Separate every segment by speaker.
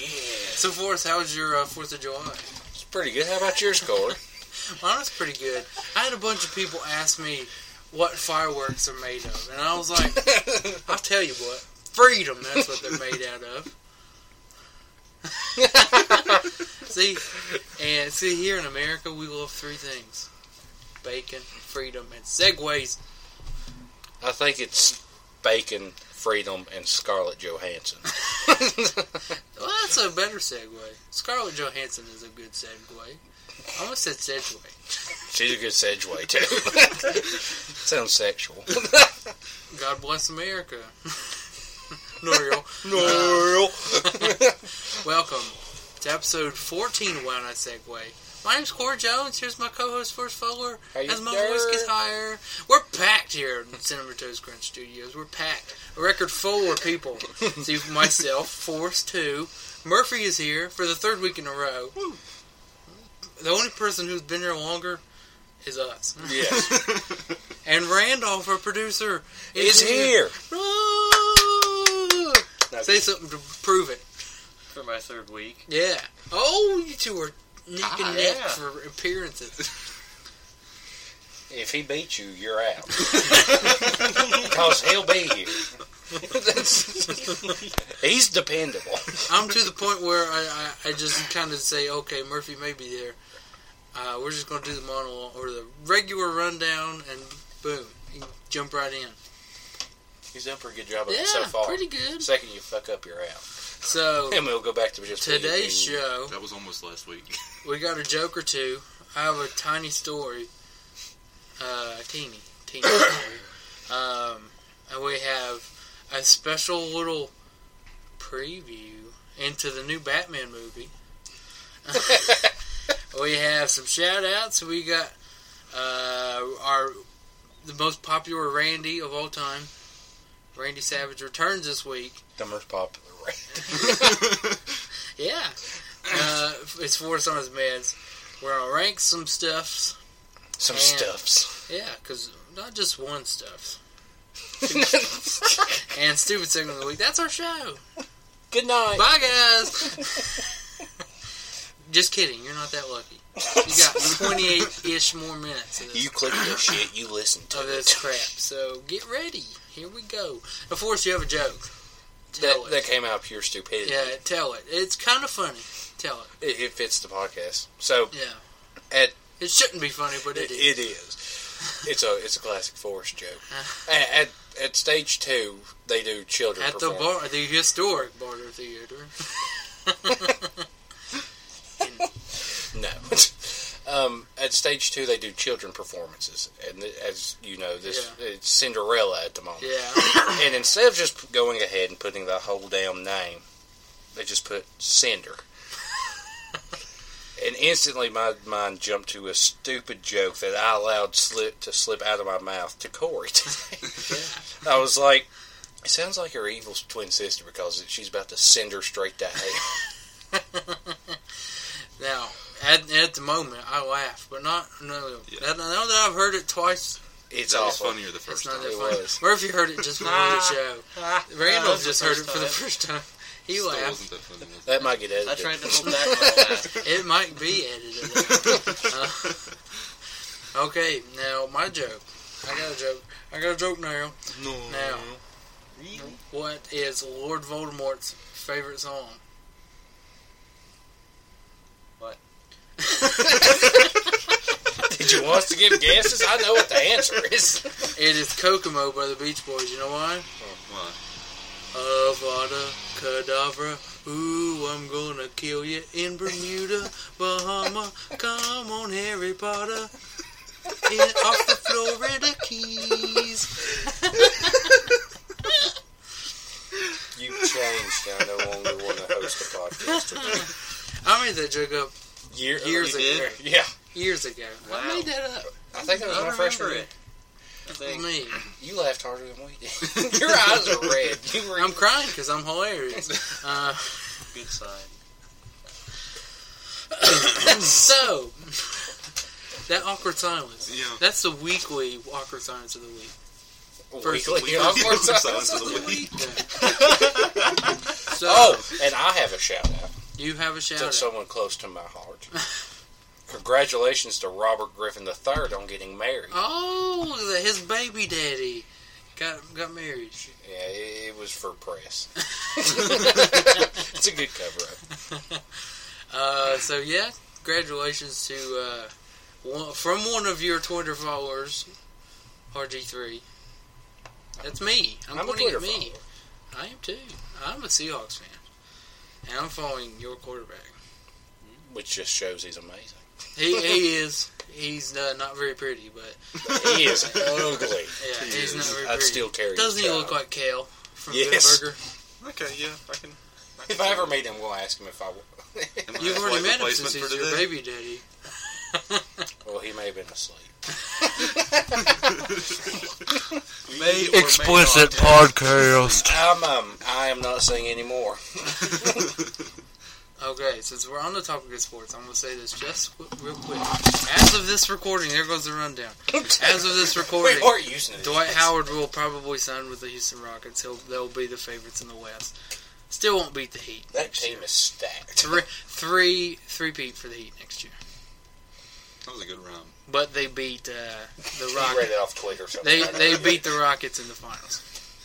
Speaker 1: So forth. How was your uh, Fourth of July?
Speaker 2: It's pretty good. How about yours, Kohler?
Speaker 1: Mine was pretty good. I had a bunch of people ask me what fireworks are made of, and I was like, I'll tell you what, freedom. That's what they're made out of. see, and see here in America, we love three things: bacon, freedom, and segways.
Speaker 2: I think it's bacon, freedom, and Scarlett Johansson.
Speaker 1: Well, that's a better segue. Scarlett Johansson is a good segue. I almost said segue.
Speaker 2: She's a good Sedgeway too. Sounds sexual.
Speaker 1: God bless America. Noriel,
Speaker 2: No.
Speaker 1: welcome to episode 14 Why Not Segway. My name's Core Jones. Here's my co-host, Forrest Fowler.
Speaker 2: Are you
Speaker 1: As my
Speaker 2: there?
Speaker 1: voice gets higher, we're packed here in Cinema Toes Crunch Studios. We're packed. A record four people. See, myself, Forrest, two. Murphy is here for the third week in a row. The only person who's been here longer is us.
Speaker 2: yes,
Speaker 1: And Randolph, our producer,
Speaker 2: is here.
Speaker 1: Woo! Say something to prove it.
Speaker 3: for my third week.
Speaker 1: Yeah. Oh, you two are neck
Speaker 3: Ah,
Speaker 1: and neck
Speaker 3: yeah.
Speaker 1: for appearances.
Speaker 2: If he beats you, you're out. Because he'll be here. He's dependable.
Speaker 1: I'm to the point where I, I, I just kind of say, okay, Murphy may be there. Uh, we're just going to do the monologue or the regular rundown, and boom, you jump right in.
Speaker 2: He's done a pretty good job of
Speaker 1: Yeah,
Speaker 2: it so far.
Speaker 1: pretty good.
Speaker 2: Second you fuck up, you're out.
Speaker 1: So
Speaker 2: And we'll go back to just
Speaker 1: today's show,
Speaker 3: That was almost last week.
Speaker 1: we got a joke or two. I have a tiny story, uh, teeny, teeny story. Um, and we have a special little preview into the new Batman movie. we have some shout outs. We got uh, our the most popular Randy of all time. Randy Savage returns this week.
Speaker 2: the most popular. rate.
Speaker 1: Yeah. Uh, it's Forrest on his meds. We're going to rank some stuffs.
Speaker 2: Some
Speaker 1: Man.
Speaker 2: stuffs.
Speaker 1: Yeah, because not just one stuffs. Two stuffs. and stupid segment of the week. That's our show.
Speaker 2: Good night.
Speaker 1: Bye, guys. just kidding. You're not that lucky. You got 28 ish more minutes of this,
Speaker 2: You click this shit. You listen to
Speaker 1: of
Speaker 2: it.
Speaker 1: this crap. So get ready. Here we go. Of course, you have a joke. Tell
Speaker 2: That,
Speaker 1: it.
Speaker 2: that came out of pure stupidity.
Speaker 1: yeah, tell it. It's kind of funny. Tell it.
Speaker 2: It, it fits the podcast. So
Speaker 1: Yeah.
Speaker 2: At-
Speaker 1: it shouldn't be funny, but it
Speaker 2: it,
Speaker 1: is.
Speaker 2: it is. It's a it's a classic Forrest joke. at, at at stage two, they do children
Speaker 1: Uh. At the
Speaker 2: perform.
Speaker 1: bar, the historic Barter Theater.
Speaker 2: No. um, at stage two, they do children performances, and th- as you know, this it's Cinderella at the moment.
Speaker 1: Yeah.
Speaker 2: and instead of just going ahead and putting the whole damn name, they just put Cinder. and instantly, my mind jumped to a stupid joke that I allowed slip to slip out of my mouth to Corey. Today. I was like, "It sounds like her evil twin sister because she's about to send her straight to hell."
Speaker 1: Now, at, at the moment, I laugh, but not no.
Speaker 3: Yeah.
Speaker 1: That, now that I've heard it twice,
Speaker 2: It's
Speaker 3: That was
Speaker 2: awful.
Speaker 3: funnier the
Speaker 1: it's
Speaker 3: first
Speaker 1: not
Speaker 3: time.
Speaker 1: that
Speaker 2: time.
Speaker 1: funny.
Speaker 2: It was.
Speaker 1: Murphy heard it just before the show.
Speaker 4: Ah,
Speaker 1: Randall
Speaker 3: was the
Speaker 1: just heard it
Speaker 3: first
Speaker 1: for the
Speaker 3: time.
Speaker 1: first time. He
Speaker 3: Still
Speaker 1: laughed.
Speaker 3: wasn't that funny. was it?
Speaker 2: That might get edited.
Speaker 4: I tried to hold back my laugh.
Speaker 1: It might be edited. out. Uh, okay, now my joke. I got a joke. I got a joke now.
Speaker 3: No.
Speaker 1: Now,
Speaker 4: Really?
Speaker 1: what is Lord Voldemort's favorite song?
Speaker 2: Did you want us to give guesses? I know what the answer is.
Speaker 1: It is Kokomo by the Beach Boys. You know why?
Speaker 3: Why?
Speaker 1: Avada Kedavra, ooh, I'm gonna kill you in Bermuda, Bahama, come on, Harry Potter, in, off the Florida Keys.
Speaker 2: You changed. I no longer want to host a podcast.
Speaker 1: I made that joke up
Speaker 2: Year,
Speaker 1: Years
Speaker 2: you
Speaker 1: ago.
Speaker 2: did? Yeah.
Speaker 1: years ago. I
Speaker 4: Wow.
Speaker 1: made that up.
Speaker 2: I think that was
Speaker 4: I
Speaker 2: my
Speaker 4: remember
Speaker 2: freshman year.
Speaker 4: it. I think
Speaker 1: Me.
Speaker 2: You laughed harder than we did. Your eyes are red. You were
Speaker 1: I'm crying because I'm hilarious. Uh,
Speaker 4: good sign.
Speaker 1: so, that awkward silence.
Speaker 3: Yeah.
Speaker 1: That's the weekly awkward silence of the week. first
Speaker 2: weekly.
Speaker 1: week.
Speaker 2: You know, of Oh. course,
Speaker 3: Silence
Speaker 2: I-
Speaker 3: of the week.
Speaker 1: so,
Speaker 2: Oh, and I have a shout out.
Speaker 1: You have a shout
Speaker 2: to
Speaker 1: out.
Speaker 2: someone close to my heart. Congratulations to Robert Griffin III on getting married.
Speaker 1: oh, the- his baby daddy got got married.
Speaker 2: Yeah, it, it was for press. it's a good cover up.
Speaker 1: Uh, so yeah, congratulations to uh, one, from one of your Twitter followers, RG3. That's me. I'm,
Speaker 2: I'm a
Speaker 1: pointing
Speaker 2: Twitter
Speaker 1: at me.
Speaker 2: follower.
Speaker 1: I am too. I'm a Seahawks fan, and I'm following your quarterback.
Speaker 2: Which just shows he's amazing.
Speaker 1: He, he is. He's uh, not very pretty, but
Speaker 2: He is ugly.
Speaker 1: yeah,
Speaker 3: He
Speaker 1: he's
Speaker 3: is.
Speaker 1: not very
Speaker 2: I'd
Speaker 1: pretty.
Speaker 2: still carry his
Speaker 1: Doesn't he
Speaker 2: child.
Speaker 1: look like Kale from
Speaker 2: Yes.
Speaker 1: Good Burger?
Speaker 3: Okay, yeah, I can. I
Speaker 2: If I ever meet him, I'm going to ask him if I will.
Speaker 3: Am I
Speaker 1: You've
Speaker 3: his
Speaker 1: already
Speaker 3: wife
Speaker 1: met him
Speaker 3: replacement
Speaker 1: since he's
Speaker 3: for
Speaker 1: your
Speaker 3: today?
Speaker 1: baby daddy.
Speaker 2: well, he may have been asleep.
Speaker 4: May
Speaker 5: Explicit podcast.
Speaker 2: I'm, um, I am not saying anymore.
Speaker 1: Okay, since we're on the topic of sports, I'm gonna say this just w- real quick. As of this recording, there goes the rundown. As of this recording,
Speaker 2: We are using it.
Speaker 1: Dwight Howard will probably sign with the Houston Rockets. He'll they'll be the favorites in the West. Still won't beat the Heat.
Speaker 2: That team is stacked.
Speaker 1: Three, three, three peat for the Heat next year.
Speaker 3: That was a good round.
Speaker 1: But they beat uh, the
Speaker 2: I read
Speaker 1: Rockets.
Speaker 2: it off Twitter or something.
Speaker 1: They they beat the Rockets in the finals.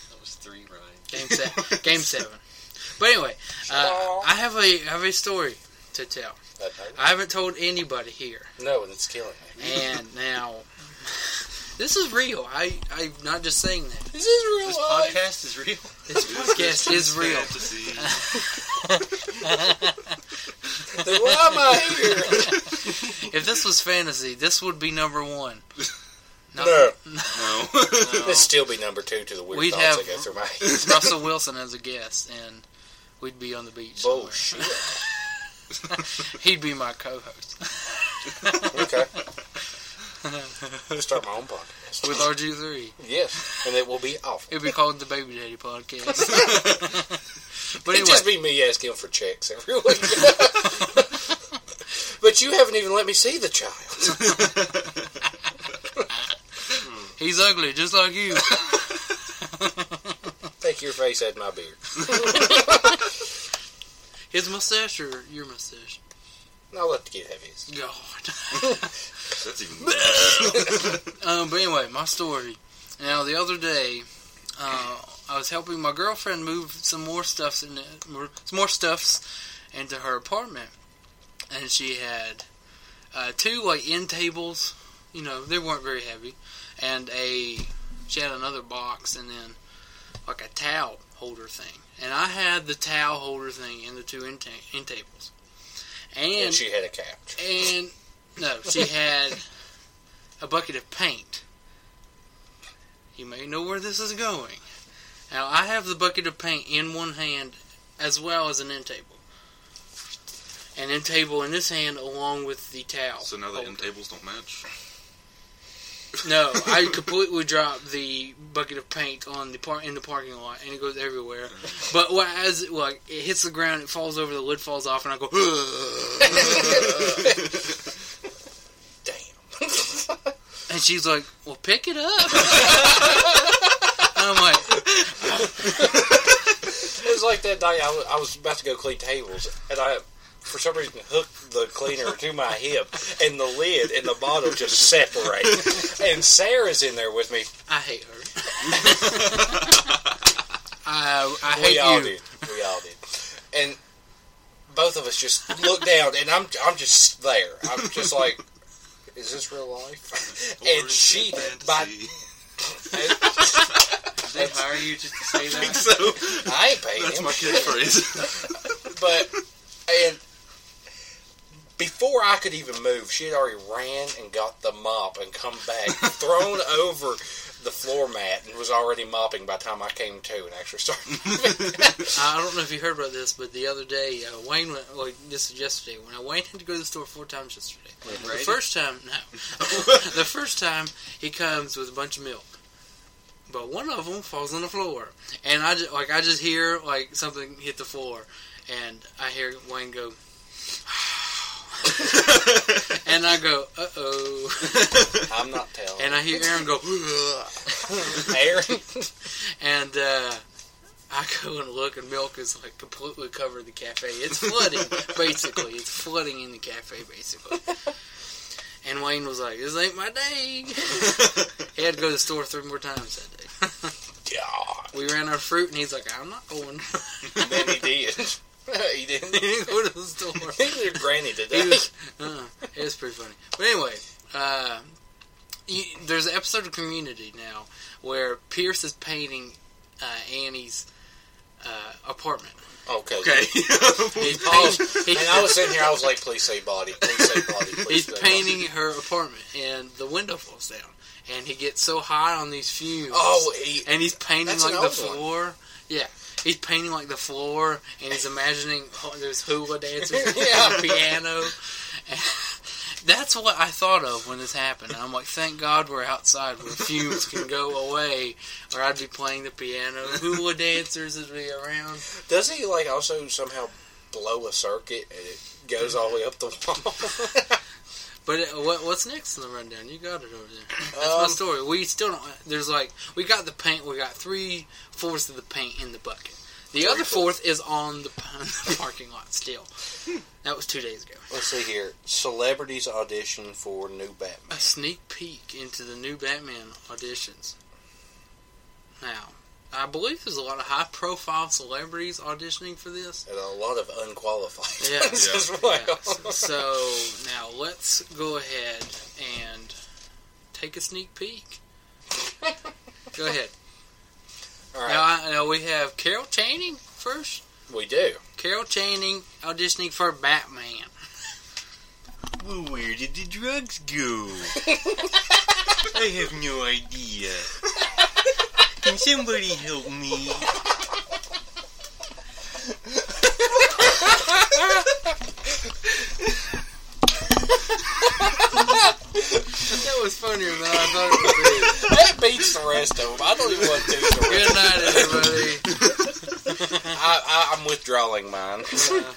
Speaker 4: That was three, Ryan.
Speaker 1: Game seven. Game seven. But anyway, uh, I have a have a story to tell. I haven't told anybody here.
Speaker 2: No, it's killing me.
Speaker 1: And now, this is real. I I'm not just saying that.
Speaker 2: This is real
Speaker 4: This
Speaker 2: life.
Speaker 4: podcast is real.
Speaker 1: This podcast is real.
Speaker 3: Fantasy.
Speaker 2: Then Why am I here?
Speaker 1: If this was fantasy, this would be number one. Not-
Speaker 2: No,
Speaker 3: no.
Speaker 2: it'd still be number two to the weird
Speaker 1: We'd
Speaker 2: thoughts
Speaker 1: have-
Speaker 2: that go through my head.
Speaker 1: Russell Wilson as a guest, and we'd be on the beach.
Speaker 2: Oh.
Speaker 1: somewhere.
Speaker 2: Bullshit.
Speaker 1: He'd be my co-host
Speaker 2: Okay. Start my own podcast.
Speaker 1: with RG3.
Speaker 2: yes, and it will be awful.
Speaker 1: It'd be called the Baby Daddy Podcast. but
Speaker 2: It'd
Speaker 1: anyway,
Speaker 2: just be me asking for checks every week. but you haven't even let me see the child.
Speaker 1: he's ugly, just like you.
Speaker 2: Think your face had my beard.
Speaker 1: His mustache or your mustache?
Speaker 2: I'll let the kid have his.
Speaker 1: God.
Speaker 3: That's even.
Speaker 1: Um, but anyway, my story. Now, the other day, uh, I was helping my girlfriend move some more stuffs in more, some more stuffs into her apartment, and she had uh, two like end tables. You know, they weren't very heavy, and a she had another box, and then like a towel holder thing. And I had the towel holder thing in the two end, ta- end tables,
Speaker 2: And,
Speaker 1: and
Speaker 2: she had a couch.
Speaker 1: and no, she had a bucket of paint. You may know where this is going. Now I have the bucket of paint in one hand, as well as an end table, an end table in this hand, along with the towel.
Speaker 3: So now the
Speaker 1: holder.
Speaker 3: end tables don't match.
Speaker 1: No, I completely dropped the bucket of paint on the par- in the parking lot, and it goes everywhere. But what, as it, like it hits the ground, it falls over, the lid falls off, and I go.
Speaker 2: Damn.
Speaker 1: And she's like, "Well, pick it up." and I'm like,
Speaker 2: It was like that night I was, I was about to go clean tables, and I, for some reason, hooked the cleaner to my hip, and the lid and the bottle just separate. And Sarah's in there with me.
Speaker 1: "I hate her." I, I
Speaker 2: we
Speaker 1: hate
Speaker 2: all
Speaker 1: you.
Speaker 2: did. We all did. And both of us just looked down, and I'm I'm just there. I'm just like, is this real life?
Speaker 3: Or
Speaker 2: And
Speaker 3: is
Speaker 2: she,
Speaker 3: it
Speaker 2: by,
Speaker 3: fantasy?
Speaker 4: Did they hire you just to say that?
Speaker 3: so
Speaker 2: I ain't paying
Speaker 3: that's
Speaker 2: him.
Speaker 3: my catchphrase.
Speaker 2: but and before I could even move, she had already ran and got the mop and come back, thrown over the floor mat, and was already mopping by the time I came to and actually started.
Speaker 1: I I don't know if you heard about this, but the other day uh, Wayne went. Like this is yesterday. When I Wayne had to go to the store four times yesterday. The
Speaker 4: Right?
Speaker 1: first time, no. the first time he comes with a bunch of milk, but one of them falls on the floor, and I just, like I just hear like something hit the floor, and I hear Wayne go, and I go, uh oh,
Speaker 2: I'm not telling.
Speaker 1: and I hear Aaron go,
Speaker 2: Aaron,
Speaker 1: and uh, I go and look, and milk is like completely covered the cafe. It's flooding, basically. It's flooding in the cafe, basically. And Wayne was like, "This ain't my day." he had to go to the store three more times that day.
Speaker 2: God.
Speaker 1: we ran out of fruit, and he's like, "I'm not going."
Speaker 2: And then he did. he didn't.
Speaker 1: he didn't go to the store.
Speaker 2: He's your granny today.
Speaker 1: He was, uh, it was pretty funny. But anyway, uh, you, there's an episode of Community now where Pierce is painting uh, Annie's uh, apartment.
Speaker 2: okay.
Speaker 3: Okay.
Speaker 1: He's,
Speaker 2: Oh,
Speaker 1: paint-
Speaker 2: and I was in here. I was like, "Please say body. Please say body." Please
Speaker 1: he's
Speaker 2: say body."
Speaker 1: painting her apartment, and the window falls down, and he gets so high on these fumes.
Speaker 2: Oh, he,
Speaker 1: and he's painting
Speaker 2: That's
Speaker 1: like
Speaker 2: an
Speaker 1: the
Speaker 2: old one.
Speaker 1: floor. Yeah, he's painting like the floor, and he's imagining oh, there's hula dancers and
Speaker 2: Yeah.
Speaker 1: the piano. And that's what I thought of when this happened. I'm like, thank God we're outside where fumes can go away, or I'd be playing the piano. Hula dancers would be around.
Speaker 2: does he like also somehow blow a circuit and it goes all the way up the wall?
Speaker 1: But uh, what, what's next in the rundown? You got it over there. That's my
Speaker 2: um,
Speaker 1: story. We still don't. uh, There's like we got the paint. We got three fourths of the paint in the bucket. The other fourth is on the, on the parking lot still. That was two days ago.
Speaker 2: let's see here. Celebrities audition for new Batman.
Speaker 1: A sneak peek into the new Batman auditions. Now, I believe there's a lot of high-profile celebrities auditioning for this.
Speaker 2: And a lot of unqualified.
Speaker 1: Yeah.
Speaker 2: ones
Speaker 3: Yeah.
Speaker 2: as well.
Speaker 1: Yeah, so now let's go ahead and take a sneak peek. Go ahead.
Speaker 2: All right,
Speaker 1: Now, I, now we have Carol Channing first.
Speaker 2: we do.
Speaker 1: Carol Channing auditioning for Batman.
Speaker 5: Well, where did the drugs go? I have no idea. Can somebody help me?
Speaker 1: That was funnier than I thought it would be.
Speaker 2: That beats the rest of them. I don't even want to do the
Speaker 1: Good
Speaker 2: rest.
Speaker 1: night, everybody.
Speaker 2: I, I, I'm withdrawing mine.
Speaker 1: Uh,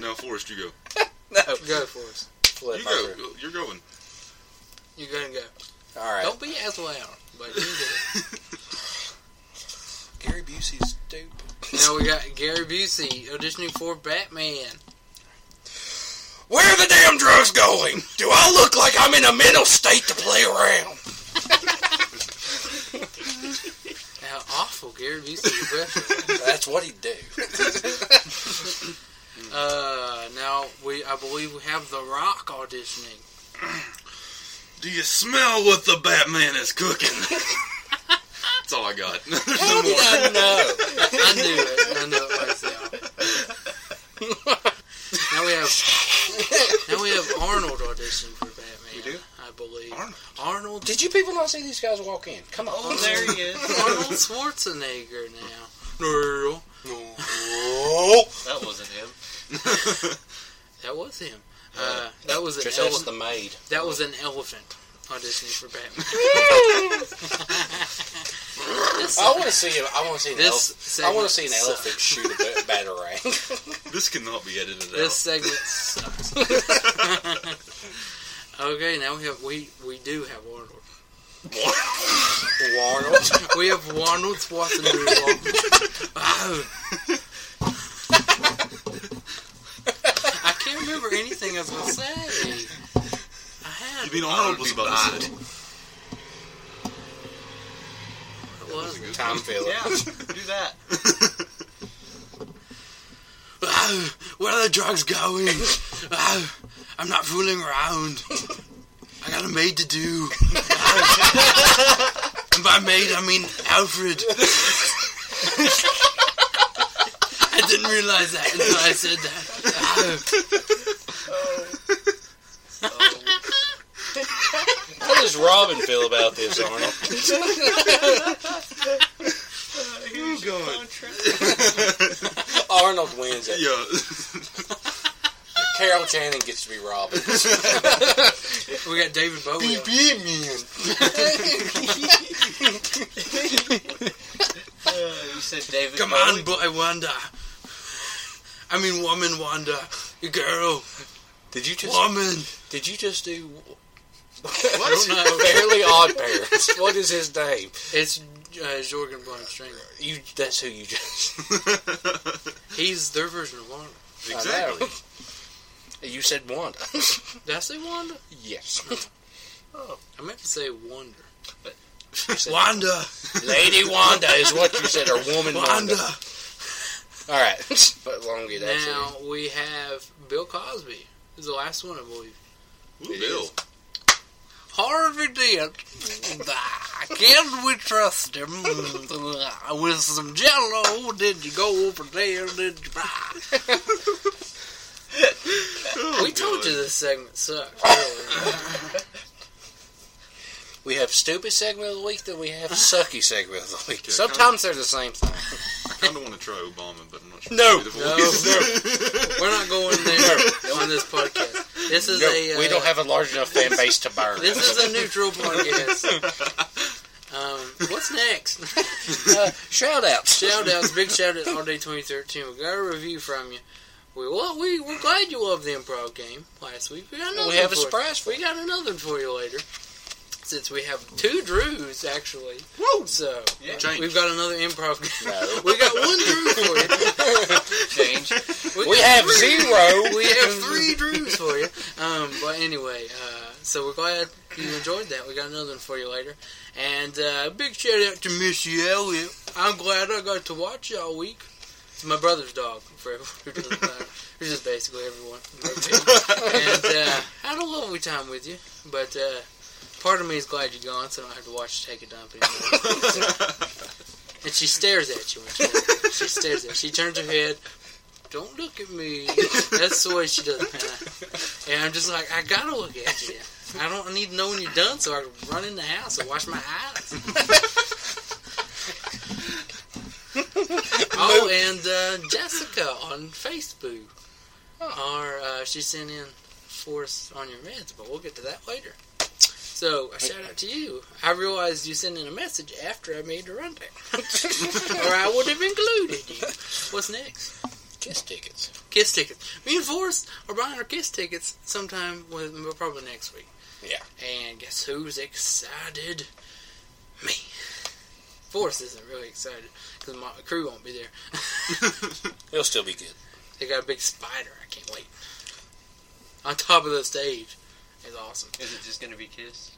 Speaker 3: now, Forrest, you go.
Speaker 2: no,
Speaker 1: Oh, go for us.
Speaker 2: flip
Speaker 3: You
Speaker 2: over.
Speaker 3: go. You're going.
Speaker 1: You go and go.
Speaker 2: All right.
Speaker 1: Don't be as loud, but you do.
Speaker 2: Gary Busey's stupid.
Speaker 1: it. now we got Gary Busey auditioning for Batman.
Speaker 2: Where are the damn drugs going? Do I look like I'm in a mental state to play around?
Speaker 1: How awful Gary Busey impression.
Speaker 2: That's what he do.
Speaker 1: Uh, now we, I believe we have The Rock auditioning.
Speaker 3: Do you smell what the Batman is cooking? That's all I got. There's no more.
Speaker 2: I know.
Speaker 1: I knew it. I knew it myself. now we have now we have Arnold auditioning for Batman.
Speaker 2: We do?
Speaker 1: I believe
Speaker 3: Arnold.
Speaker 1: Arnold.
Speaker 2: Did you people not see these guys walk in? Come on.
Speaker 4: Oh, there he is.
Speaker 1: Arnold Schwarzenegger now. No,
Speaker 2: No.
Speaker 4: That wasn't him.
Speaker 1: that was him. Uh, that was an
Speaker 2: Giselle's
Speaker 1: ele-
Speaker 2: the maid.
Speaker 1: that was an elephant auditioning for Batman. This-
Speaker 2: I want to see him. I want to see an
Speaker 1: This
Speaker 2: elephant. I
Speaker 1: segment
Speaker 2: want to see an
Speaker 1: sucks.
Speaker 2: elephant shoot a ba- batarang.
Speaker 3: This cannot be edited out.
Speaker 1: This segment sucks. okay, now we have we we do have Arnold.
Speaker 2: Arnold.
Speaker 1: We have Arnold Schwarzenegger. wow. I can't remember anything I was going to say. I had.
Speaker 3: You mean Arnold was about to say?
Speaker 1: What was it?
Speaker 2: Tom Phillips.
Speaker 4: Yeah, do that.
Speaker 1: Wow, where are the drugs going? Wow, I'm not fooling around. I got a maid to do. Wow. and by maid, I mean Alfred. I didn't realize that until I said that. Wow.
Speaker 2: How does Robin feel about this, Arnold?
Speaker 3: "Oh,
Speaker 4: Here's your contract.
Speaker 2: Arnold wins it.
Speaker 3: Yeah.
Speaker 2: Carol Channing gets to be Robin.
Speaker 1: We got David Bowie. on.
Speaker 4: Uh, you said David.
Speaker 1: Come
Speaker 4: Bowie.
Speaker 1: on, boy Wanda. I mean, woman Wanda. You girl.
Speaker 2: Did you just
Speaker 1: Woman.
Speaker 2: Did you just do
Speaker 3: What?
Speaker 1: I don't know.
Speaker 2: Fairly Odd Parents. What is his name?
Speaker 1: It's uh, Jorgen Von Stringer.
Speaker 2: You. That's who you just.
Speaker 1: He's their version of Wanda.
Speaker 3: exactly.
Speaker 2: You said Wanda.
Speaker 1: Did I say Wanda?
Speaker 2: yes.
Speaker 1: I meant to say Wonder.
Speaker 2: You said-
Speaker 3: Wanda.
Speaker 2: Lady Wanda is what you said, or Woman Wanda. All right. But longer that's
Speaker 1: now we have Bill Cosby. Is the last one I believe.
Speaker 3: Ooh,
Speaker 2: It
Speaker 3: Bill.
Speaker 1: Harvey Dent. Can we trust him? With some jello, did you go over there? Did you buy?
Speaker 3: Oh,
Speaker 1: We told
Speaker 3: God.
Speaker 1: you this segment sucks. Really.
Speaker 2: We have stupid segment of the week, then we have sucky segment of the week.
Speaker 3: Okay,
Speaker 2: Sometimes they're the same thing.
Speaker 3: I kind of want to try Obama, but I'm not sure.
Speaker 2: No.
Speaker 3: if it's
Speaker 1: No,
Speaker 3: the voice.
Speaker 1: We're not going there on this podcast. This is
Speaker 2: No,
Speaker 1: a. Uh,
Speaker 2: we don't have a large enough fan base to burn.
Speaker 1: This is a neutral podcast. Um, what's next?
Speaker 2: uh, shout outs.
Speaker 1: shout outs, big shout out all day 2013. We got a review from you. We well, we we're glad you loved the improv game last week. We got another.
Speaker 2: We have
Speaker 1: one for
Speaker 2: a
Speaker 1: you.
Speaker 2: surprise for
Speaker 1: We got another for you later. Since we have two Drews actually,
Speaker 3: Woo!
Speaker 1: so
Speaker 4: Yeah.
Speaker 3: Change.
Speaker 1: we've got another improv. game.
Speaker 2: No.
Speaker 1: we got one Drew for you.
Speaker 4: Change.
Speaker 2: We
Speaker 1: got
Speaker 2: have
Speaker 1: three.
Speaker 2: zero.
Speaker 1: We have three Drews for you. Um, but anyway, uh, so we're glad you enjoyed that. We got another one for you later. And uh, big shout out to Missy Elliott. I'm glad I got to watch you all week. It's my brother's dog, for everyone who doesn't know. It's just basically everyone. and uh, I had a lovely time with you, but uh, part of me is glad you're gone, so I don't have to watch you take a dump anymore. and she stares at you. When she, she stares at you. She turns her head. Don't look at me. That's the way she does it. And I'm just like, I gotta look at you. I don't need to know when you're done, so I can run in the house and wash my eyes. oh, and uh, Jessica on Facebook. Our, uh, she sent in for us on your meds, but we'll get to that later. So, a shout out to you. I realized you sent in a message after I made the rundown, or I would have included you. What's next?
Speaker 2: Kiss tickets.
Speaker 1: Kiss tickets. Me and Forrest are buying our kiss tickets sometime, with, probably next week.
Speaker 2: Yeah.
Speaker 1: And guess who's excited? Me. Forrest isn't really excited because my crew won't be there.
Speaker 2: It'll still be good.
Speaker 1: They got a big spider. I can't wait. On top of the stage. It's awesome.
Speaker 4: Is it just gonna be Kiss?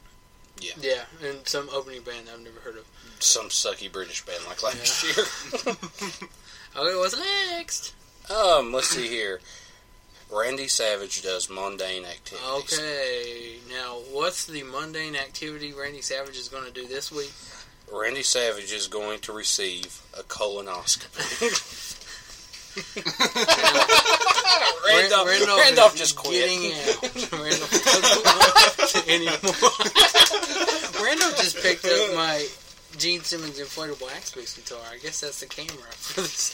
Speaker 1: Yeah, and some opening band I've never heard of.
Speaker 2: Some sucky British band like last year.
Speaker 1: Oh, what's next?
Speaker 2: Um, let's see here. Randy Savage does mundane activities.
Speaker 1: Okay, now what's the mundane activity Randy Savage is going to do this week?
Speaker 2: Randy Savage is going to receive a colonoscopy. Randolph,
Speaker 1: Randolph is
Speaker 2: Randolph just quit.
Speaker 1: Getting out. Randolph doesn't want anymore. Randolph just picked up my Gene Simmons inflatable Axebeats guitar. I guess that's the camera for this.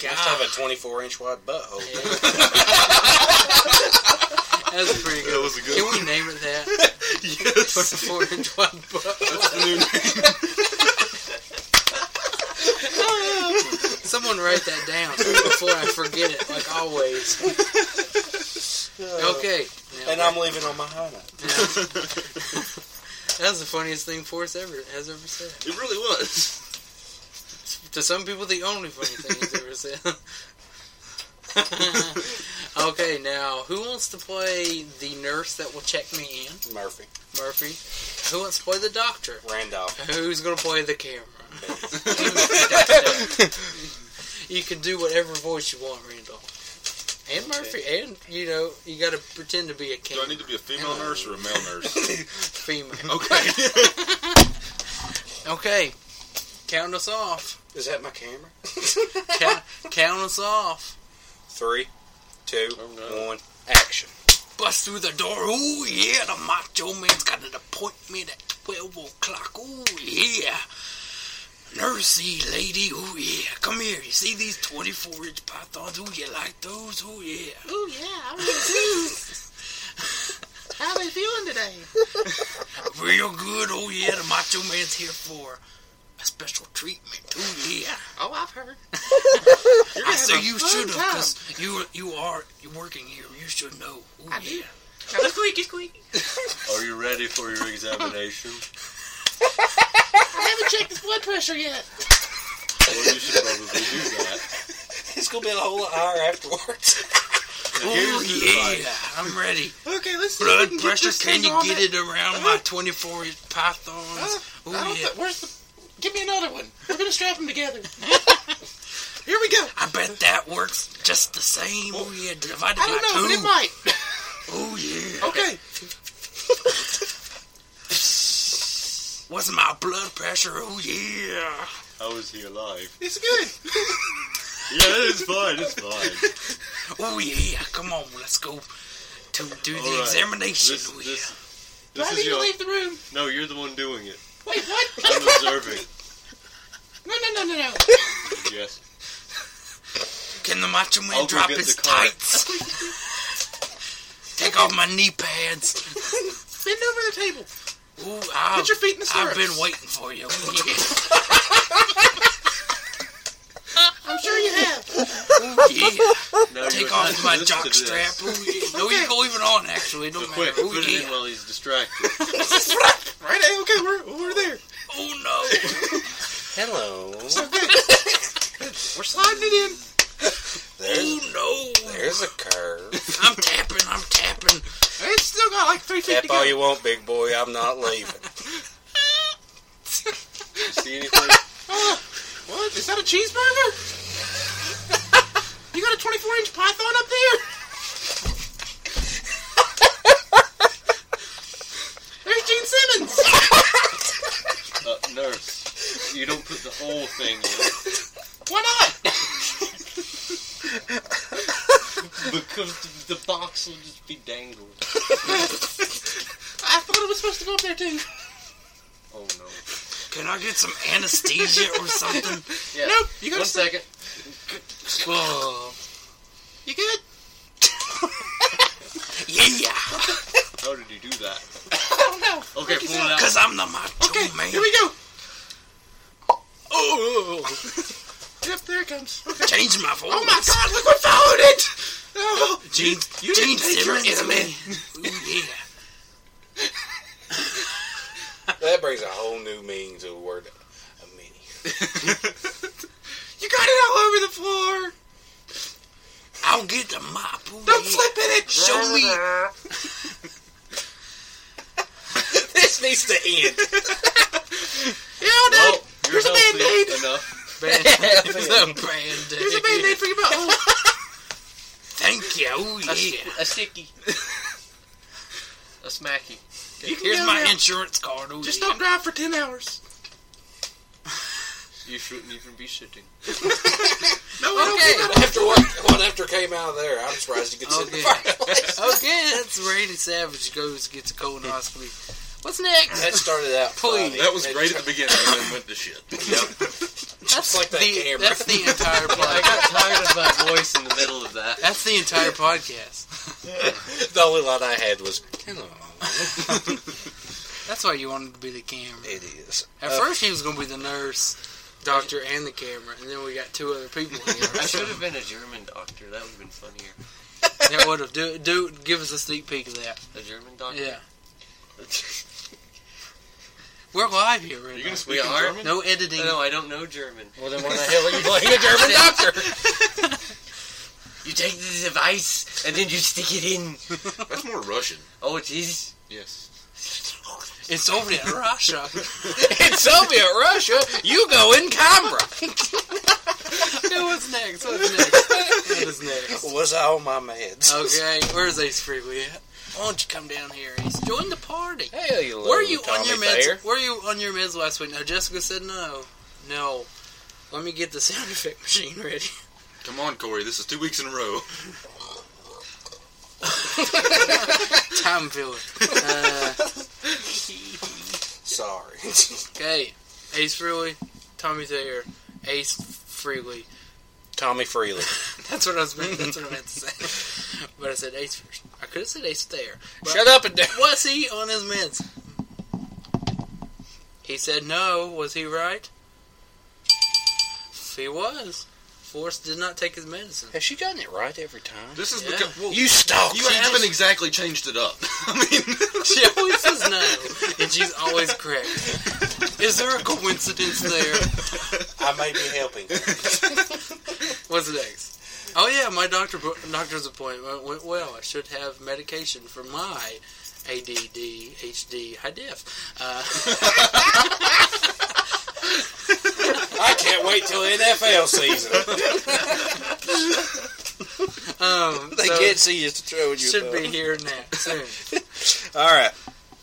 Speaker 2: He must have a 24 inch wide butthole.
Speaker 1: Yeah. That's pretty
Speaker 3: That
Speaker 1: good.
Speaker 3: was a good
Speaker 1: Can we
Speaker 3: one.
Speaker 1: name it that?
Speaker 3: Yes.
Speaker 1: Four inch wide butt.
Speaker 3: That's the new name.
Speaker 1: Someone write that down before I forget it, like always. Okay. Now,
Speaker 2: And I'm leaving on my high note.
Speaker 1: now- that's the funniest thing Forrest ever has ever said.
Speaker 3: It really was.
Speaker 1: To some people, the only funny thing he's ever said. okay, now who wants to play the nurse that will check me in?
Speaker 2: Murphy.
Speaker 1: Murphy. Who wants to play the doctor?
Speaker 2: Randolph.
Speaker 1: Who's gonna play the camera? you can do whatever voice you want, Randolph. And Murphy, and you know, you got to pretend to be a
Speaker 3: Do
Speaker 1: camera,
Speaker 3: I need to be a female nurse or a male nurse?
Speaker 1: female.
Speaker 3: Okay.
Speaker 1: Okay, count us off.
Speaker 2: Is that my camera?
Speaker 1: count, count us off.
Speaker 2: Three, two, one,
Speaker 3: Oh, no.
Speaker 2: action.
Speaker 1: Bust through the door. Ooh, yeah, the macho man's got an appointment at 12 o'clock. Ooh, yeah. Nursey lady, ooh, yeah. Come here. You see these 24 inch pythons? Ooh, you like those? Ooh, yeah. Ooh, yeah. I really do. How they feeling today? Real good. Oh, yeah. The macho man's here for a special treatment. Ooh, yeah.
Speaker 4: Oh, I've heard.
Speaker 1: I say you
Speaker 4: fun
Speaker 1: should have
Speaker 4: time.
Speaker 1: because you you are you're working here. You should know. Ooh, yeah.
Speaker 4: squeaky, squeaky.
Speaker 3: Are you ready for your examination?
Speaker 1: I haven't checked his blood pressure yet.
Speaker 3: Well, you should probably do that.
Speaker 2: It's gonna be a whole hour afterwards.
Speaker 3: And here's the advice.
Speaker 1: I'm ready.
Speaker 5: Okay, let's see.
Speaker 1: Blood pressure, can you get it around my 24 inch pythons? Oh, yeah.
Speaker 5: where's the?
Speaker 1: Give me another one. We're going to strap them together.
Speaker 5: Here we go.
Speaker 1: I bet that works just the same. Oh, yeah, divided
Speaker 5: I don't know, but
Speaker 1: by
Speaker 5: it
Speaker 1: two. Oh,
Speaker 5: might.
Speaker 1: yeah.
Speaker 5: Okay.
Speaker 1: What's my blood pressure? Oh, yeah.
Speaker 3: How is he alive?
Speaker 5: It's good.
Speaker 3: Yeah, it's fine. It's fine.
Speaker 1: Oh, yeah. Come on, let's go to do the
Speaker 3: All right.
Speaker 1: examination.
Speaker 3: This,
Speaker 1: oh, yeah.
Speaker 3: this,
Speaker 5: Why
Speaker 3: this
Speaker 5: did
Speaker 3: is
Speaker 5: you
Speaker 3: your.
Speaker 5: leave the room?
Speaker 3: No, you're the one doing it.
Speaker 5: Wait, what?
Speaker 3: I'm observing.
Speaker 5: No, no, no, no, no.
Speaker 3: Yes.
Speaker 1: Can the Macho Man
Speaker 3: I'll go
Speaker 1: drop
Speaker 3: get
Speaker 1: his
Speaker 3: the car.
Speaker 1: tights? Take off my knee pads.
Speaker 5: Bend over the table.
Speaker 1: Ooh, I've,
Speaker 5: Put your feet in the
Speaker 1: I've
Speaker 5: stirrups.
Speaker 1: been waiting for you. Ooh,
Speaker 5: I'm sure you have.
Speaker 1: yeah.
Speaker 3: Now you
Speaker 1: Take
Speaker 3: have
Speaker 1: off
Speaker 3: to
Speaker 1: my
Speaker 3: listen
Speaker 1: jock
Speaker 3: to this.
Speaker 1: strap. Ooh, yeah. No, you go even on, actually.
Speaker 3: So
Speaker 1: Don't
Speaker 3: quick,
Speaker 1: matter. Ooh,
Speaker 3: put it in
Speaker 1: yeah.
Speaker 3: while he's distracted.
Speaker 5: Right? eh, Okay, we're we're there.
Speaker 1: Oh, no.
Speaker 2: Hello.
Speaker 5: We're sliding it in.
Speaker 2: There's
Speaker 1: Oh, no.
Speaker 2: there's a curve.
Speaker 1: I'm tapping. I'm tapping.
Speaker 5: It's still got like three feet
Speaker 2: Tap
Speaker 5: to go.
Speaker 2: all you want, big boy. I'm not leaving.
Speaker 3: You see anything?
Speaker 5: What? Is that a cheeseburger? you got a 24 inch python up there? There's Gene Simmons.
Speaker 3: Uh, nurse, you don't put the whole thing in
Speaker 5: Why not?
Speaker 3: because the, the box will just be dangled.
Speaker 5: I thought it was supposed to go up there too.
Speaker 3: Oh no.
Speaker 1: Can I get some anesthesia or something?
Speaker 4: Yeah.
Speaker 5: Nope. You got
Speaker 4: One
Speaker 5: to stay.
Speaker 4: second.
Speaker 1: Oh,
Speaker 5: You good?
Speaker 1: yeah.
Speaker 3: How did he do that?
Speaker 5: I don't know.
Speaker 3: Okay,
Speaker 5: Like you
Speaker 3: pull
Speaker 5: said.
Speaker 3: it out.
Speaker 1: Because I'm the Macho
Speaker 5: Okay,
Speaker 1: Man.
Speaker 5: here we go.
Speaker 1: Oh,
Speaker 5: Yep, there it comes.
Speaker 1: change my voice.
Speaker 5: Oh my God! Look what followed it. Oh,
Speaker 1: Gene,
Speaker 5: you
Speaker 1: Gene
Speaker 5: didn't take your
Speaker 1: Simmons,
Speaker 5: enemy.
Speaker 1: man. Ooh, yeah.
Speaker 2: That brings a whole new meaning to the word mini.
Speaker 5: you got it all over the floor.
Speaker 1: I'll get the mop. Ooh,
Speaker 5: Don't
Speaker 1: yeah.
Speaker 5: flip it. It's
Speaker 1: Show me.
Speaker 2: this needs to end.
Speaker 5: Yeah, all done.
Speaker 3: Well, you're
Speaker 5: Here's a
Speaker 3: healthy
Speaker 5: Band-Aid.
Speaker 3: Enough.
Speaker 1: The band.
Speaker 5: Here's a band-aid for your butthole.
Speaker 1: Thank you. Ooh,
Speaker 4: A,
Speaker 1: yeah.
Speaker 4: st- a sticky. a smacky.
Speaker 5: You can
Speaker 1: Here's
Speaker 5: go
Speaker 1: my
Speaker 5: now.
Speaker 1: insurance card. Ooh,
Speaker 5: Just
Speaker 1: yeah.
Speaker 5: don't drive for ten hours.
Speaker 4: You shouldn't even be sitting.
Speaker 5: No, we don't do that.
Speaker 2: What after what, what after came out of there, I'm surprised you could sit in the
Speaker 1: Okay.
Speaker 2: first place.
Speaker 1: Okay, that's Randy Savage goes gets a colonoscopy. What's next?
Speaker 2: That started out.
Speaker 1: Please.
Speaker 2: funny.
Speaker 3: That was
Speaker 2: It
Speaker 3: great at the beginning and then went to shit.
Speaker 1: That's
Speaker 2: like that
Speaker 1: the,
Speaker 2: camera.
Speaker 1: That's the entire
Speaker 4: I
Speaker 1: podcast.
Speaker 4: got tired of that voice in the middle of that.
Speaker 1: That's the entire podcast.
Speaker 2: turned- The only line I had was, "Hello,
Speaker 1: That's why you wanted to be the camera.
Speaker 2: it is."
Speaker 1: At first, he was going to be the nurse, doctor, and the camera, and then we got two other people
Speaker 4: I
Speaker 1: here.
Speaker 4: should have been a German doctor. That would have been funnier.
Speaker 1: that would have do do give us a sneak peek of that.
Speaker 4: A German doctor?
Speaker 1: Yeah, we're live here
Speaker 3: Are
Speaker 1: right
Speaker 3: you gonna
Speaker 1: now.
Speaker 3: speak in
Speaker 4: We are?
Speaker 3: German?
Speaker 1: No editing.
Speaker 4: no, I don't know German.
Speaker 2: Well, then why the hell are you playing a German doctor?
Speaker 4: You take the device and then you stick it in.
Speaker 3: That's more Russian.
Speaker 4: Oh, it is.
Speaker 3: Yes.
Speaker 1: It's Soviet Russia.
Speaker 2: In Soviet Russia, you go in camera.
Speaker 1: no, what's next? What's next? What is next?
Speaker 2: Was I on my meds?
Speaker 1: Okay, where's Ace Freely at? Why don't you come down here, Ace? Join the party.
Speaker 2: Hell, you little
Speaker 1: Were you on
Speaker 2: Tommy
Speaker 1: your meds?
Speaker 2: Thayer.
Speaker 1: Were you on your meds last week? No, Jessica said no. No. Let me get the sound effect machine ready.
Speaker 3: Come on, Corey. This is two weeks in a row.
Speaker 1: Time filler. Uh,
Speaker 2: Sorry.
Speaker 1: okay. Ace Freely, Tommy Thayer, Ace Freely.
Speaker 2: Tommy Freely.
Speaker 1: That's what I was meant. That's what I meant to say. But I said Ace first. I could have said Ace Thayer. But
Speaker 2: Shut up and down.
Speaker 1: Was he on his meds? He said no. Was he right? He was. Forrest did not take his medicine.
Speaker 2: Has she gotten it right every time?
Speaker 3: This is
Speaker 1: Yeah.
Speaker 3: because well, you,
Speaker 2: You stalk.
Speaker 3: you
Speaker 2: she
Speaker 3: haven't
Speaker 2: just-
Speaker 3: exactly changed it up. I mean,
Speaker 1: She always says no, and she's always correct. Is there a coincidence there?
Speaker 2: I may be helping.
Speaker 1: What's next? Oh yeah, my doctor doctor's appointment went well. I should have medication for my ADD HD high def. Uh,
Speaker 2: I can't wait till NFL season.
Speaker 1: um,
Speaker 2: They
Speaker 1: so
Speaker 2: can't see you throwing your
Speaker 1: should be
Speaker 2: ball.
Speaker 1: here now soon.
Speaker 2: All right.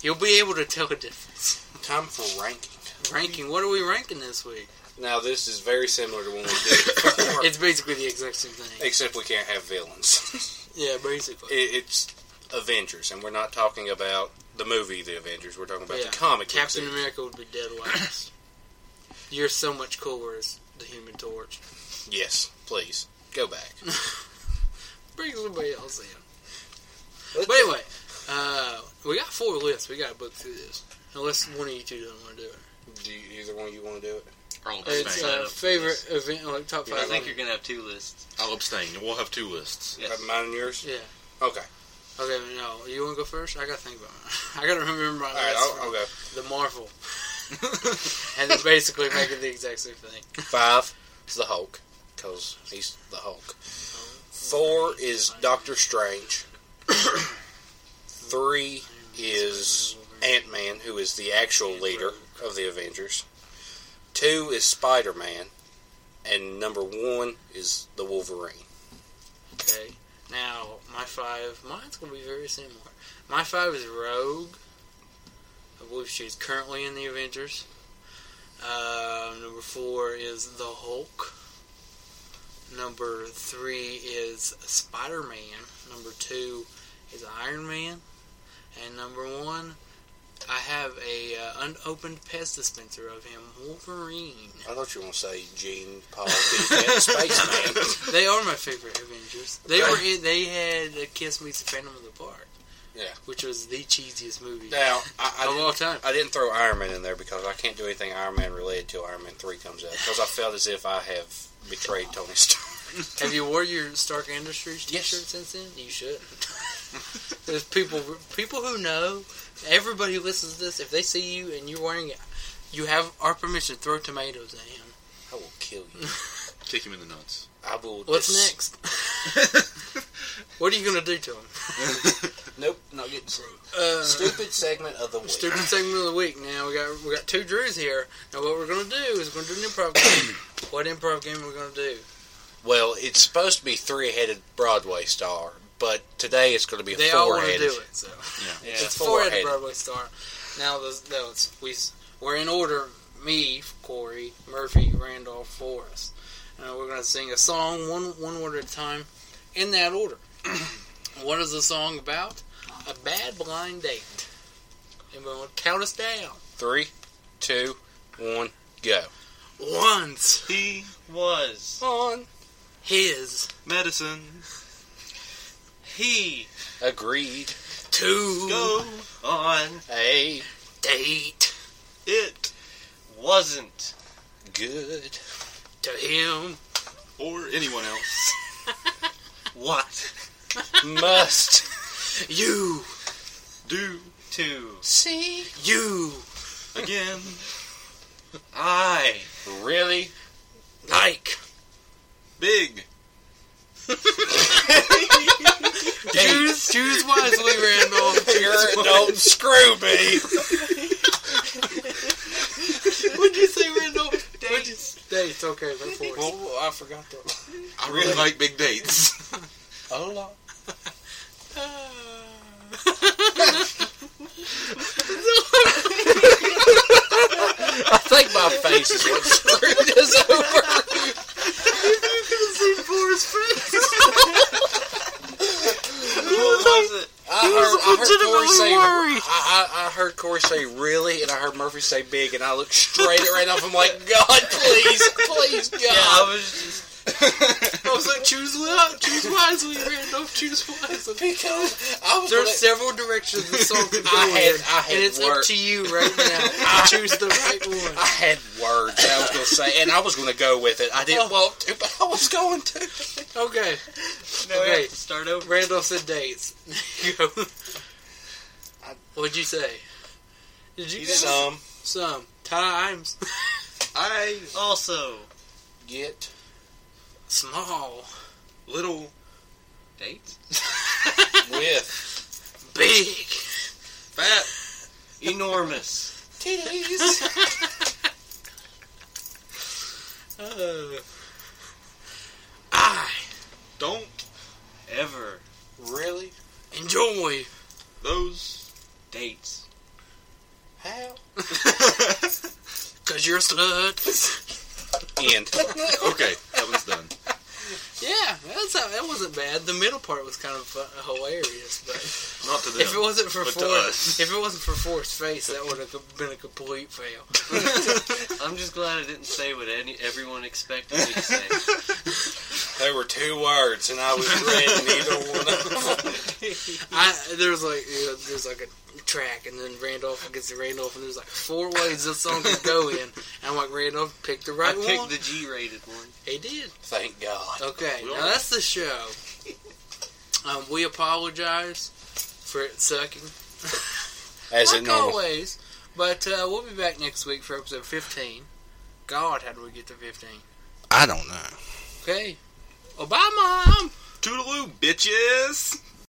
Speaker 1: You'll be able to tell the difference.
Speaker 2: Time for ranking.
Speaker 1: Ranking. What are we ranking this week?
Speaker 2: Now this is very similar to when we did before,
Speaker 1: It's basically the exact same thing.
Speaker 2: except we can't have villains.
Speaker 1: Yeah, basically.
Speaker 2: It, it's Avengers, and we're not talking about the movie The Avengers. We're talking about
Speaker 1: Yeah.
Speaker 2: the comic book
Speaker 1: Captain
Speaker 2: series.
Speaker 1: America would be dead last. You're so much cooler as the Human Torch.
Speaker 2: Yes, please go back.
Speaker 1: Bring somebody else in. But anyway, uh, we got four lists. We got to book through this. Unless one of you two doesn't want to do it.
Speaker 2: Do you, either one you want to do it?
Speaker 3: I'll
Speaker 1: It's
Speaker 3: abstain.
Speaker 4: Bang.
Speaker 1: uh, favorite event, like top
Speaker 4: I
Speaker 1: five.
Speaker 4: think you're gonna have two lists.
Speaker 3: I'll abstain. We'll have two lists.
Speaker 4: Yes.
Speaker 2: Have mine and yours.
Speaker 1: Yeah.
Speaker 2: Okay.
Speaker 1: Okay, no. You want to go first? I got to think about mine. I got to remember my
Speaker 2: All right.
Speaker 1: list
Speaker 2: I'll,
Speaker 1: from
Speaker 2: I'll go
Speaker 1: The Marvel. and then basically making the exact same thing.
Speaker 2: five. Is the Hulk because he's the Hulk. Four is Doctor Strange. Three is Ant Man, who is the actual leader of the Avengers. Two is Spider Man, and number one is the Wolverine.
Speaker 1: Okay. Now, my five, mine's going to be very similar. My five is Rogue. I believe she's currently in the Avengers. Um, number four is the Hulk. Number three is Spider Man. Number two is Iron Man. And number one, I have a uh, unopened pest dispenser of him, Wolverine.
Speaker 2: I thought you were going to say Gene, Paul, Pete, Spaceman.
Speaker 1: They are my favorite Avengers. They were in, they had uh, Kiss Meets the Phantom of the Park.
Speaker 2: Yeah.
Speaker 1: Which was the cheesiest movie
Speaker 2: Now, I, I,
Speaker 1: of all
Speaker 2: didn't,
Speaker 1: time.
Speaker 2: I didn't throw Iron Man in there because I can't do anything Iron Man related till Iron Man 3 comes out because I felt as if I have betrayed Tony Stark.
Speaker 1: Have you wore your Stark Industries t-shirt since then? You should. There's people people who know, everybody who listens to this, if they see you and you're wearing it, you have our permission to throw tomatoes at him.
Speaker 2: I will kill you.
Speaker 3: Kick him in the nuts.
Speaker 2: I will.
Speaker 1: What's
Speaker 2: dis-
Speaker 1: next? what are you going to do to him?
Speaker 2: Nope, not getting through.
Speaker 1: Uh,
Speaker 2: Stupid segment of the week.
Speaker 1: Stupid segment of the week. Now we got we got two Drews here. Now what we're gonna do is we're gonna do an improv game. what improv game we're gonna do?
Speaker 2: Well, it's supposed to be three-headed Broadway star, but today it's going to be a
Speaker 1: They all want to
Speaker 2: four-headed.
Speaker 1: do it. So
Speaker 2: Yeah,
Speaker 1: it's four
Speaker 2: four-headed.
Speaker 1: headed Broadway star. Now those those we s- we're in order. Me, Corey, Murphy, Randolph, Forrest. Now we're gonna sing a song one one word at a time, in that order. what is the song about? A bad blind date. And we're gonna count us down.
Speaker 2: Three, two, one, go.
Speaker 1: Once
Speaker 5: He
Speaker 4: Was
Speaker 2: On.
Speaker 1: his
Speaker 5: medicine.
Speaker 4: he
Speaker 2: Agreed.
Speaker 1: two.
Speaker 4: go on?
Speaker 2: A
Speaker 1: date
Speaker 4: It wasn't.
Speaker 2: good.
Speaker 1: to him.
Speaker 3: Or anyone else.
Speaker 4: What
Speaker 2: Must
Speaker 1: You,
Speaker 3: Do
Speaker 4: to
Speaker 2: see.
Speaker 1: you
Speaker 3: again.
Speaker 4: I
Speaker 2: Really?
Speaker 1: like
Speaker 3: Big.
Speaker 1: choose choose wisely, Randolph.
Speaker 2: You're, don't screw me.
Speaker 1: What'd you say, Randolph? Dates. Dates. Okay, that's four.
Speaker 2: Well, I forgot that.
Speaker 3: I really like big dates.
Speaker 2: Oh, no. I think my face is what screwed this over.
Speaker 4: was it?
Speaker 2: I heard, I heard Corey say, I, I, I heard Corey say really, and I heard Murphy say big, and I looked straight at Randolph. I'm like, God, please, please, God.
Speaker 4: Yeah, I was just.
Speaker 1: was like, choose, well, choose wisely, Randolph, choose wisely.
Speaker 2: Because I was
Speaker 1: There are
Speaker 2: gonna-
Speaker 1: several directions the song could go
Speaker 2: I had-
Speaker 1: in,
Speaker 2: I had
Speaker 1: and it's up
Speaker 2: work.
Speaker 1: to you right now to choose the right
Speaker 2: I
Speaker 1: one.
Speaker 2: had words I was going to say, and I was going to go with it. I didn't want to, but I was going to.
Speaker 1: Okay,
Speaker 4: No,
Speaker 1: we have to
Speaker 4: start over.
Speaker 1: Randolph said dates. Go. What'd you say? Did you guess?
Speaker 2: Some
Speaker 1: some times
Speaker 3: I
Speaker 4: Also,
Speaker 2: get
Speaker 1: small
Speaker 3: little
Speaker 4: dates.
Speaker 2: with
Speaker 1: big?
Speaker 3: fat.
Speaker 4: Enormous.
Speaker 2: titties.
Speaker 1: Uh, I
Speaker 3: Don't
Speaker 4: Ever
Speaker 2: really?
Speaker 1: enjoy
Speaker 3: those
Speaker 4: dates.
Speaker 2: How?
Speaker 1: because you're a slut.
Speaker 2: End.
Speaker 3: okay, that was done.
Speaker 1: yeah, that's not, that wasn't bad. The middle part was kind of fun, hilarious, but
Speaker 3: Not to them.
Speaker 1: if it wasn't for
Speaker 3: but to
Speaker 1: Ford,
Speaker 3: us.
Speaker 1: if it wasn't for Ford's face, that would have been a complete fail.
Speaker 4: I'm just glad I didn't say what any everyone expected me to say.
Speaker 2: There were two words, and I was read neither one of them.
Speaker 1: I there's like you know, there's like a track, and then Randolph gets to Randolph, and there's like four ways this song could go in. And I'm like Randolph picked the
Speaker 4: I
Speaker 1: right one.
Speaker 4: picked the G-rated one.
Speaker 1: he did.
Speaker 2: Thank God.
Speaker 1: Okay,
Speaker 3: We
Speaker 1: now
Speaker 3: all-
Speaker 1: that's the show. Um, we apologize for it sucking,
Speaker 2: As
Speaker 1: like
Speaker 2: it normal.
Speaker 1: always. But uh, we'll be back next week for episode 15. God, how did we get to 15?
Speaker 2: I don't know.
Speaker 1: Okay. Well, bye, Mom.
Speaker 3: Toodaloo, bitches.